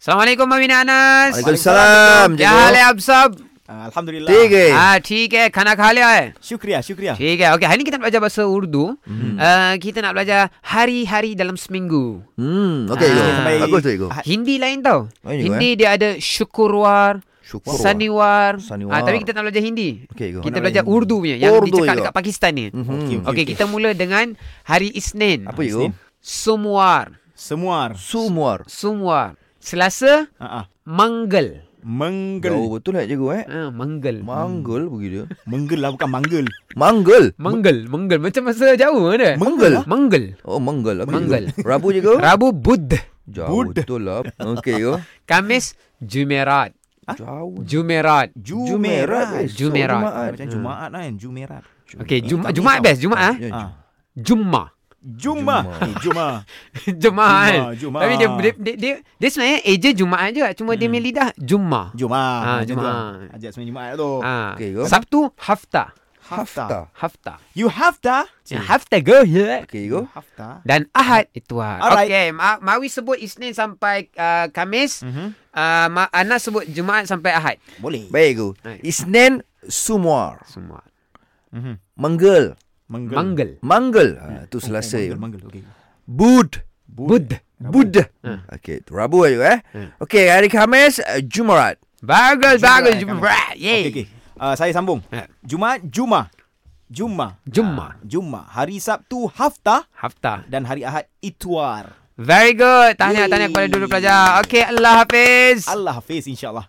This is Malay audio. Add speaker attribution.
Speaker 1: असलम अमीन अनस
Speaker 2: वालेकुम
Speaker 1: क्या हाल है आप सब
Speaker 2: Ah, अल्हम्दुलिल्लाह
Speaker 3: ठीक है
Speaker 1: हाँ Ah, ठीक है खाना खा लिया है
Speaker 2: Syukria, syukria.
Speaker 1: ठीक है oke hari ni kita nak belajar bahasa Urdu uh, kita nak belajar hari-hari dalam seminggu
Speaker 3: Hmm, okey Ego.
Speaker 1: Ah.
Speaker 2: Sampai-
Speaker 3: Bagus tu Ego.
Speaker 2: Ah,
Speaker 1: Hindi lain tau
Speaker 3: Lain Ha- Oh, juga, eh?
Speaker 1: Hindi dia ada syukurwar
Speaker 3: Syukur.
Speaker 1: Saniwar,
Speaker 3: Saniwar.
Speaker 1: Ah, Tapi kita nak belajar Hindi
Speaker 3: Okey, Ego.
Speaker 1: Kita
Speaker 3: Nak
Speaker 1: belajar
Speaker 3: belajar
Speaker 1: Urdu punya Yang
Speaker 3: Urdu ya.
Speaker 1: dicakap
Speaker 3: juga.
Speaker 1: dekat Pakistan ni
Speaker 3: Mhm.
Speaker 2: Okey,
Speaker 1: Okey kita mula dengan Hari Isnin
Speaker 3: Apa Ego?
Speaker 2: Isnin.
Speaker 1: Sumwar
Speaker 2: Semuar.
Speaker 3: Sumuar.
Speaker 1: Sumwar Selasa
Speaker 2: Ha ah.
Speaker 1: Manggel
Speaker 3: Jauh
Speaker 2: Menggel.
Speaker 3: betul lah cikgu eh.
Speaker 1: ah, Manggel
Speaker 3: Manggul pergi dia.
Speaker 2: Menggel lah bukan manggel.
Speaker 3: Manggul.
Speaker 1: Manggel Manggel Macam masa jauh kan
Speaker 3: Manggel.
Speaker 1: Manggel
Speaker 3: Oh, manggul. Apa
Speaker 1: Manggul.
Speaker 3: Cikgu? Rabu cikgu?
Speaker 1: Rabu Bud
Speaker 3: Jauh
Speaker 2: Bud.
Speaker 3: betul lah. Okey Ego.
Speaker 1: Kamis Jumerat
Speaker 3: Jauh.
Speaker 1: Jumerat
Speaker 2: Jumerat.
Speaker 3: weh.
Speaker 1: Jumerat. Hmm.
Speaker 3: Jumaat.
Speaker 2: Macam Jumaat kan, Jumerat. Eh,
Speaker 1: Okey, Jum
Speaker 2: Kamis
Speaker 1: Jumaat
Speaker 2: tau.
Speaker 1: best Jumaat ah.
Speaker 3: Ya,
Speaker 2: Ah.
Speaker 1: Jumma.
Speaker 2: Juma. Eh, Juma.
Speaker 1: Jumaat.
Speaker 2: Jumma,
Speaker 1: eh.
Speaker 2: Jumma.
Speaker 1: Tapi dia dia, dia, dia, dia sebenarnya eja Jumaat juga cuma
Speaker 2: Hmm.
Speaker 1: dia punya lidah Jumma.
Speaker 2: Juma.
Speaker 1: Ah,
Speaker 2: Macam tu
Speaker 1: Juma.
Speaker 2: lah. Ajak sebenarnya Jumaat tu.
Speaker 1: Ah.
Speaker 3: Okey, go.
Speaker 1: Sabtu hafta.
Speaker 3: Hafta.
Speaker 1: Hafta.
Speaker 2: You hafta?
Speaker 1: Ya, hafta go ya.
Speaker 3: Okey Ego.
Speaker 2: Hafta.
Speaker 1: Dan Ahad itu ah.
Speaker 2: Alright.
Speaker 1: Okey, Ma Mawi sebut Isnin sampai uh, Kamis.
Speaker 2: Mhm.
Speaker 1: Uh, Ma Ana sebut Jumaat sampai Ahad.
Speaker 2: Boleh.
Speaker 3: Baik Ego.
Speaker 1: Baik.
Speaker 3: Isnin Sumuar.
Speaker 1: Semua.
Speaker 2: Mhm.
Speaker 3: Manggul.
Speaker 2: Menggel.
Speaker 1: Manggel.
Speaker 3: Manggul.
Speaker 1: Hmm.
Speaker 3: Ha, tu Selasa.
Speaker 2: Manggel,
Speaker 3: Ego.
Speaker 2: manggel. Okey.
Speaker 3: Bud.
Speaker 1: Bud.
Speaker 3: Bud.
Speaker 1: Hmm.
Speaker 3: Okey, tu Rabu Ego eh. Okey, hari Khamis eh, Jumarat.
Speaker 1: Bagus, bagus.
Speaker 2: Jumaat,
Speaker 1: Jumaat.
Speaker 2: Okey,
Speaker 1: Yay.
Speaker 2: okey. Ah, saya sambung.
Speaker 1: Ya.
Speaker 2: Jumaat, Juma. Juma. Ah,
Speaker 1: Jumma.
Speaker 2: Juma. Hari Sabtu hafta
Speaker 1: Hafta.
Speaker 2: dan hari Ahad itwar.
Speaker 1: Very good. Tahniah, tahniah kepada dulu pelajar. Okey, Allah Hafiz.
Speaker 2: Allah Hafiz insyaAllah.